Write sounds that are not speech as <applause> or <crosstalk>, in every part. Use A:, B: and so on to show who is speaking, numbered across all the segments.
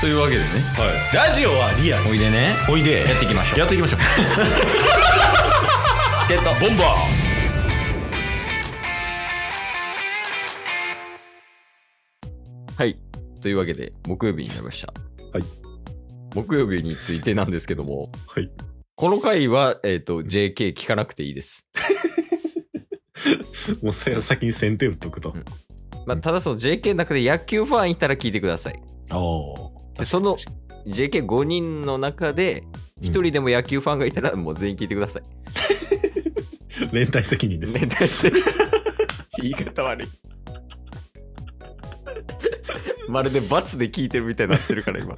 A: というわけでね
B: ラジオはリアル
A: おいでね
B: おいで
A: やっていきましょう
B: やってい
A: <laughs>
B: きましょう
A: チケットボンバーはいというわけで木曜日になりました
B: はい
A: 木曜日についてなんですけども
B: はい
A: この回は、えっ、と、JK 聞かなくていいです。
B: もうさ先に先手打っとく
A: う
B: と、
A: んまあ、ただその JK の中で野球ファンいたら聞いてください。
B: ああ
A: でその JK5 人の中で、1人でも野球ファンがいたらもう全員聞いてください。
B: 連帯責任です、
A: ね、大体 <laughs> 言い方悪い。 <laughs> まるで罰で聞いてるみたいになってるから今。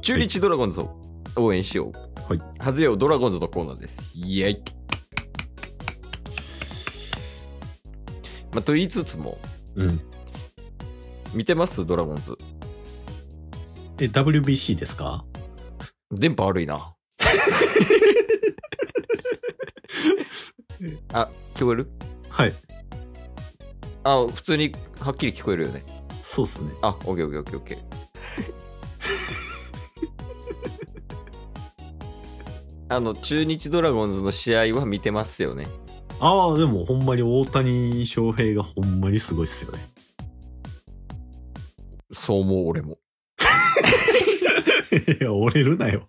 A: 中日ドラゴンズを応援しよう。
B: はい。
A: はずよドラゴンズのコーナーです。イエイ。まあ、と言いつつも、
B: うん
A: 見てますドラゴンズ。
B: え WBC ですか
A: 電波悪い <laughs> な。あ、聞こえる
B: はい
A: あ、普通にはっきり聞こえるよね。
B: そうっすね
A: あ、オッケーオッケーオッケーオッケー。 <laughs> あの、中日ドラゴンズの試合は見てますよね。
B: ああでもほんまに大谷翔平がほんまにすごいっすよね
A: そう思う俺も。
B: いや <laughs> 折れるなよ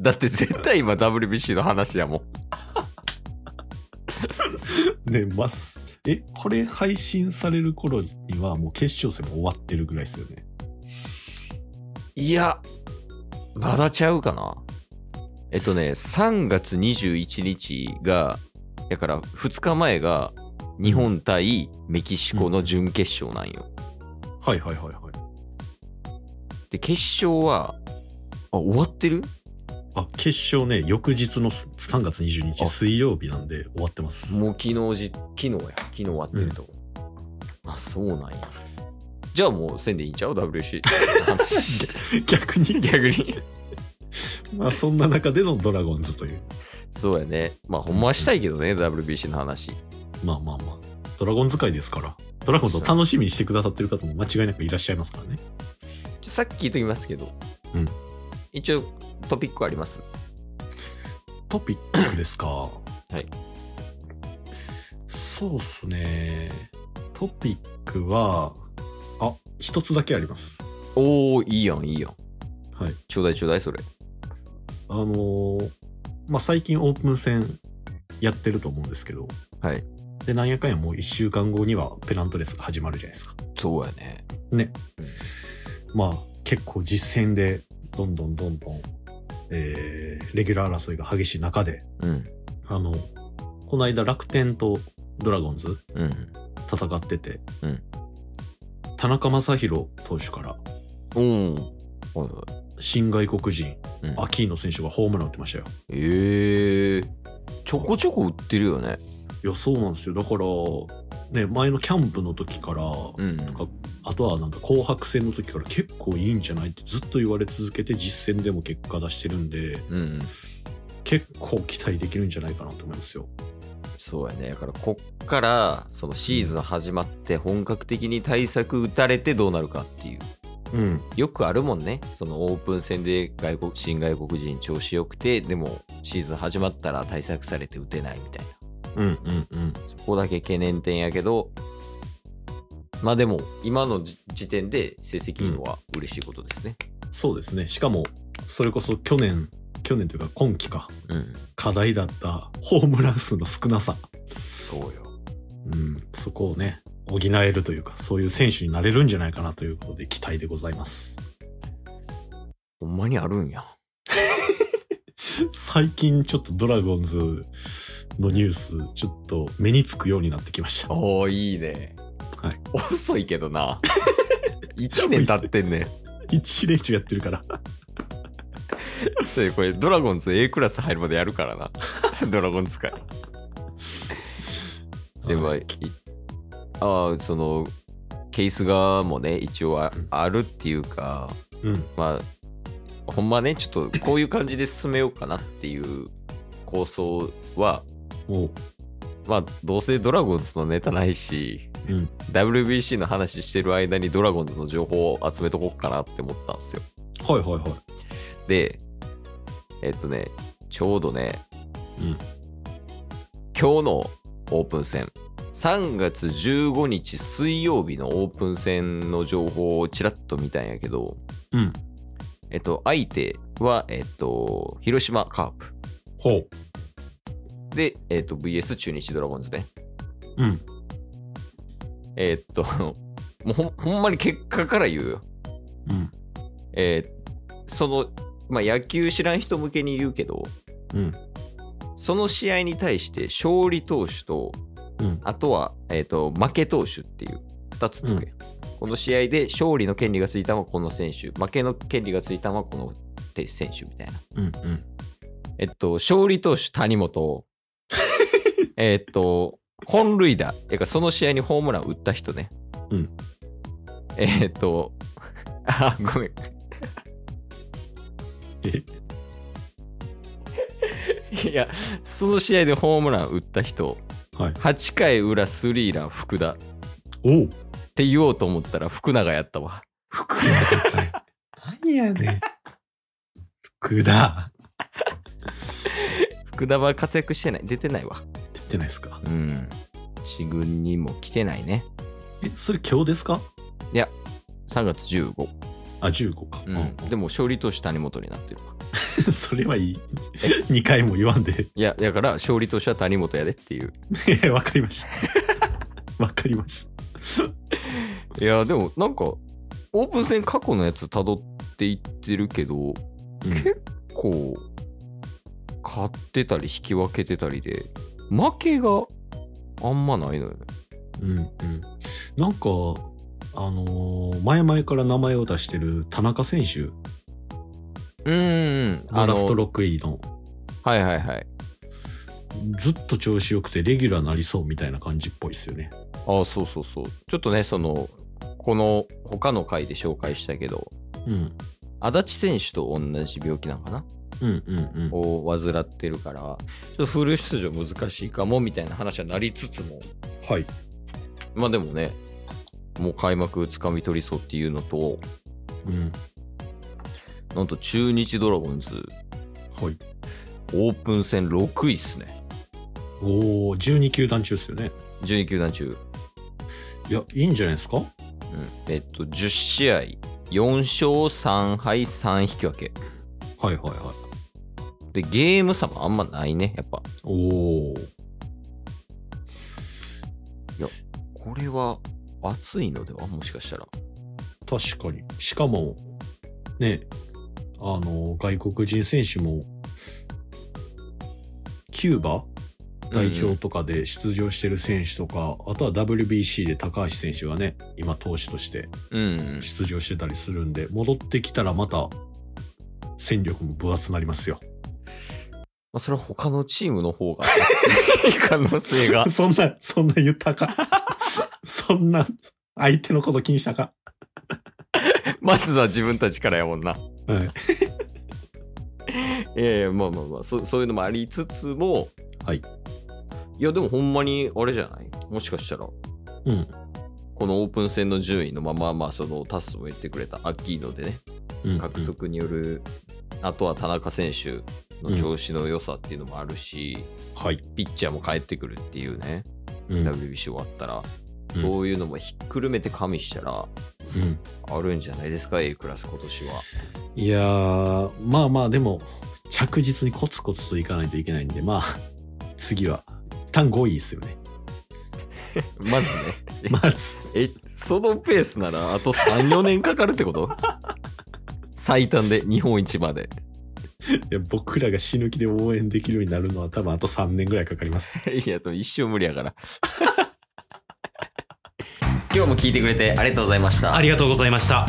A: だって絶対今 WBC の話やもん。
B: ねますえこれ配信される頃にはもう決勝戦も終わってるぐらいっすよね
A: いや、まだちゃうかな。えっとね、3月21日が、だから2日前が日本対メキシコの準決勝なんよ。
B: はいはいはいはい
A: で、決勝は、あ、終わってる
B: あ決勝ね翌日の3月22
A: あ
B: 日水曜日なんで終わってます
A: もう昨日じ、昨日や。昨日終わってると思う。あ、そうなんや。じゃあもうせんでいいんちゃう ?WC。
B: <laughs> 逆
A: <laughs>
B: に
A: 逆に。
B: まあそんな中でのドラゴンズという
A: そうやね。まあほんまはしたいけどね、WBC の話。
B: まあまあまあドラゴンズ界ですからドラゴンズを楽しみにしてくださってる方も間違いなくいらっしゃいますからね
A: ちょさっき聞いときますけど。
B: うん
A: 一応トピックあります。
B: トピックですかはい
A: い
B: そうっすねトピックはあ一つだけあります
A: おー、いいやん、いいやん。
B: はい
A: ちょうだいちょうだい、それ。
B: あのーまあ最近オープン戦やってると思うんですけど
A: はい
B: でなんやかんやもう1週間後にはペナントレースが始まるじゃないですか
A: そうやね。
B: ね
A: うん、
B: まあ結構実戦でどんどんどんどん、えーレギュラー争いが激しい中で
A: うん。
B: あのこの間楽天とドラゴンズ
A: うん。
B: 戦ってて、
A: うん
B: 田中将大投手から
A: おー。はいはい。
B: 新外国人
A: うん
B: アキーノ選手がホームラン打ってましたよ
A: ええー。ちょこちょこ売ってるよね。
B: いやそうなんですよだからね前のキャンプの時から、
A: うん。
B: あとはなんか紅白戦の時から結構いいんじゃないってずっと言われ続けて実戦でも結果出してるんで
A: うんうん。
B: 結構期待できるんじゃないかなと思いますよ
A: そうやね。だから、こっから、そのシーズン始まって、本格的に対策打たれてどうなるかっていう。
B: うん
A: よくあるもんね。そのオープン戦で外国、新外国人調子良くて、でも、シーズン始まったら対策されて打てないみたいな。
B: うんうんうん
A: そこだけ懸念点やけど、まあでも、今のじ時点で成績いいのは嬉しいことですね。
B: そうですねしかもそれこそ去年去年というか今季か
A: うん。
B: 課題だったホームラン数の少なさ、
A: そうよ。
B: うん、そこをね補えるというかそういう選手になれるんじゃないかなということで期待でございます
A: ほんまにあるんや。
B: 最近ちょっとドラゴンズのニュースちょっと目につくようになってきました
A: おおいいね。
B: はい。
A: <laughs> 遅いけど <laughs> な。1年経ってんね
B: 一連中やってるから
A: そうよこれドラゴンズ A クラス入るまでやるから
B: <laughs>
A: なドラゴンズ界でも、
B: はい
A: いああそのケース側もね一応あ
B: うん
A: あるっていうか
B: うん
A: まあほんまねちょっとこういう感じで進めようかなっていう構想は
B: もう
A: まあ、どうせドラゴンズのネタないし、
B: うん
A: WBC の話してる間にドラゴンズの情報を集めとこうかなって思ったんですよ。
B: はいはいはい。
A: で、えっとね、ちょうどね、
B: うん
A: 今日のオープン戦、3月15日水曜日のオープン戦の情報をちらっと見たんやけど、
B: うん。
A: えっと、相手は、えっと、広島カープ。
B: ほう。
A: で、えっと、VS 中日ドラゴンズね。
B: うん。
A: えっと、 <laughs> もうほんほんまに結果から言うよ。
B: うん。
A: えーその、まあ、野球知らん人向けに言うけど、
B: うん。
A: その試合に対して勝利投手と、
B: うん。
A: あとは、えー、と負け投手っていう2つつけ、この試合で勝利の権利がついたのはこの選手、負けの権利がついたのはこの選手みたいな。
B: うん。うん。
A: えっと、勝利投手谷
B: <laughs>
A: 本、えっと、本塁打、えかその試合にホームラン打った人ね。
B: うん
A: えっと、 <laughs> あ、ごめん。
B: え
A: いや、その試合でホームラン打った人、
B: はい。
A: 8回裏スリーラン福田っ
B: おう。
A: て言おうと思ったら福永やったわ。
B: 福田。何やねん。福田。
A: 福田は活躍してない、出てないわ。
B: 出てないですか
A: うん。一軍にも来てないね。
B: え、それ今日ですか
A: 3月15。
B: あ、15か。 <laughs>
A: うん。でも勝利投手谷本になってるわ。
B: も、それはいい。2回も言わんで。 <laughs>
A: いや、だから勝利投手は谷本やでっていう。
B: えわかりました。 <laughs> わかりました。
A: いや、でもなんか、オープン戦過去のやつ辿っていってるけど、結構、勝ってたり引き分けてたりで、負けがあんまないのよね。
B: うん。うん。なんか、あのー前々から名前を出してる田中選手、
A: うーん。
B: ド
A: あ
B: ラフ
A: の
B: ト、6位の、
A: はいはいはい。
B: ずっと調子良くてレギュラーなりそうみたいな感じっぽいですよね。
A: ああ、そうそうそう。ちょっとね、その、この他の回で紹介したけど、
B: うん。
A: 足立選手と同じ病気なのかな
B: うんうんうん。
A: を患ってるから、ちょっとフル出場難しいかもみたいな話はなりつつも、
B: はい。
A: まあでもね、もう開幕つかみ取りそうっていうのと、
B: うん。
A: なんと中日ドラゴンズ、
B: はい。
A: オープン戦6位っすね。
B: おお12球団中ですよね。
A: 12球団中。
B: いや、いいんじゃないですか
A: うんえっと、10試合、4勝3敗3引き分け。
B: はいはいはい。
A: で、ゲーム差もあんまないね、やっぱ。
B: おお
A: これは、熱いのではもしかしたら。
B: 確かに。しかも、ね、あの、外国人選手も、キューバ代表とかで出場してる選手とか、あとは WBC で高橋選手がね、今投手として
A: うんうん。
B: 出場してたりするんで、戻ってきたらまた、戦力も分厚なりますよ。。
A: まあ、それは他のチームの方が、熱い <laughs> 可能性が
B: <laughs> そんな、そんな言っ
A: <laughs>
B: たらあかん。そんな、相手のこと気にしたら
A: まずは自分たちからやもんな。
B: あかん。はい。
A: <laughs> いやいや、まあまあまあ、そそういうのもありつつも、
B: はい。
A: いや、でもほんまに、あれじゃないもしかしたら、
B: うん。
A: このオープン戦の順位のまま、まあ、そのタスも言ってくれたアッキーノでね、
B: うん
A: 獲得による、あとは田中選手の調子の良さっていうのもあるし、
B: はい。
A: ピッチャーも帰ってくるっていうね、
B: うん。
A: WBC 終わったら、
B: うん
A: そういうのもひっくるめて加味したら、
B: うん
A: あるんじゃないですか、A クラス今年は。
B: いやー、まあまあ、でも、着実にコツコツといかないといけないんで、まあ、 <laughs> 次は、単5位ですよね。
A: まずね。 <laughs>
B: まず、
A: え、そのペースならあと3、4年かかるってこと最短で日本一まで。
B: いや僕らが死ぬ気で応援できるようになるのは多分あと3年ぐらいかかります。
A: いや、でも一生無理やから。 <laughs> 今日も聞いてくれてありがとうございました
C: あ。りがとうございました。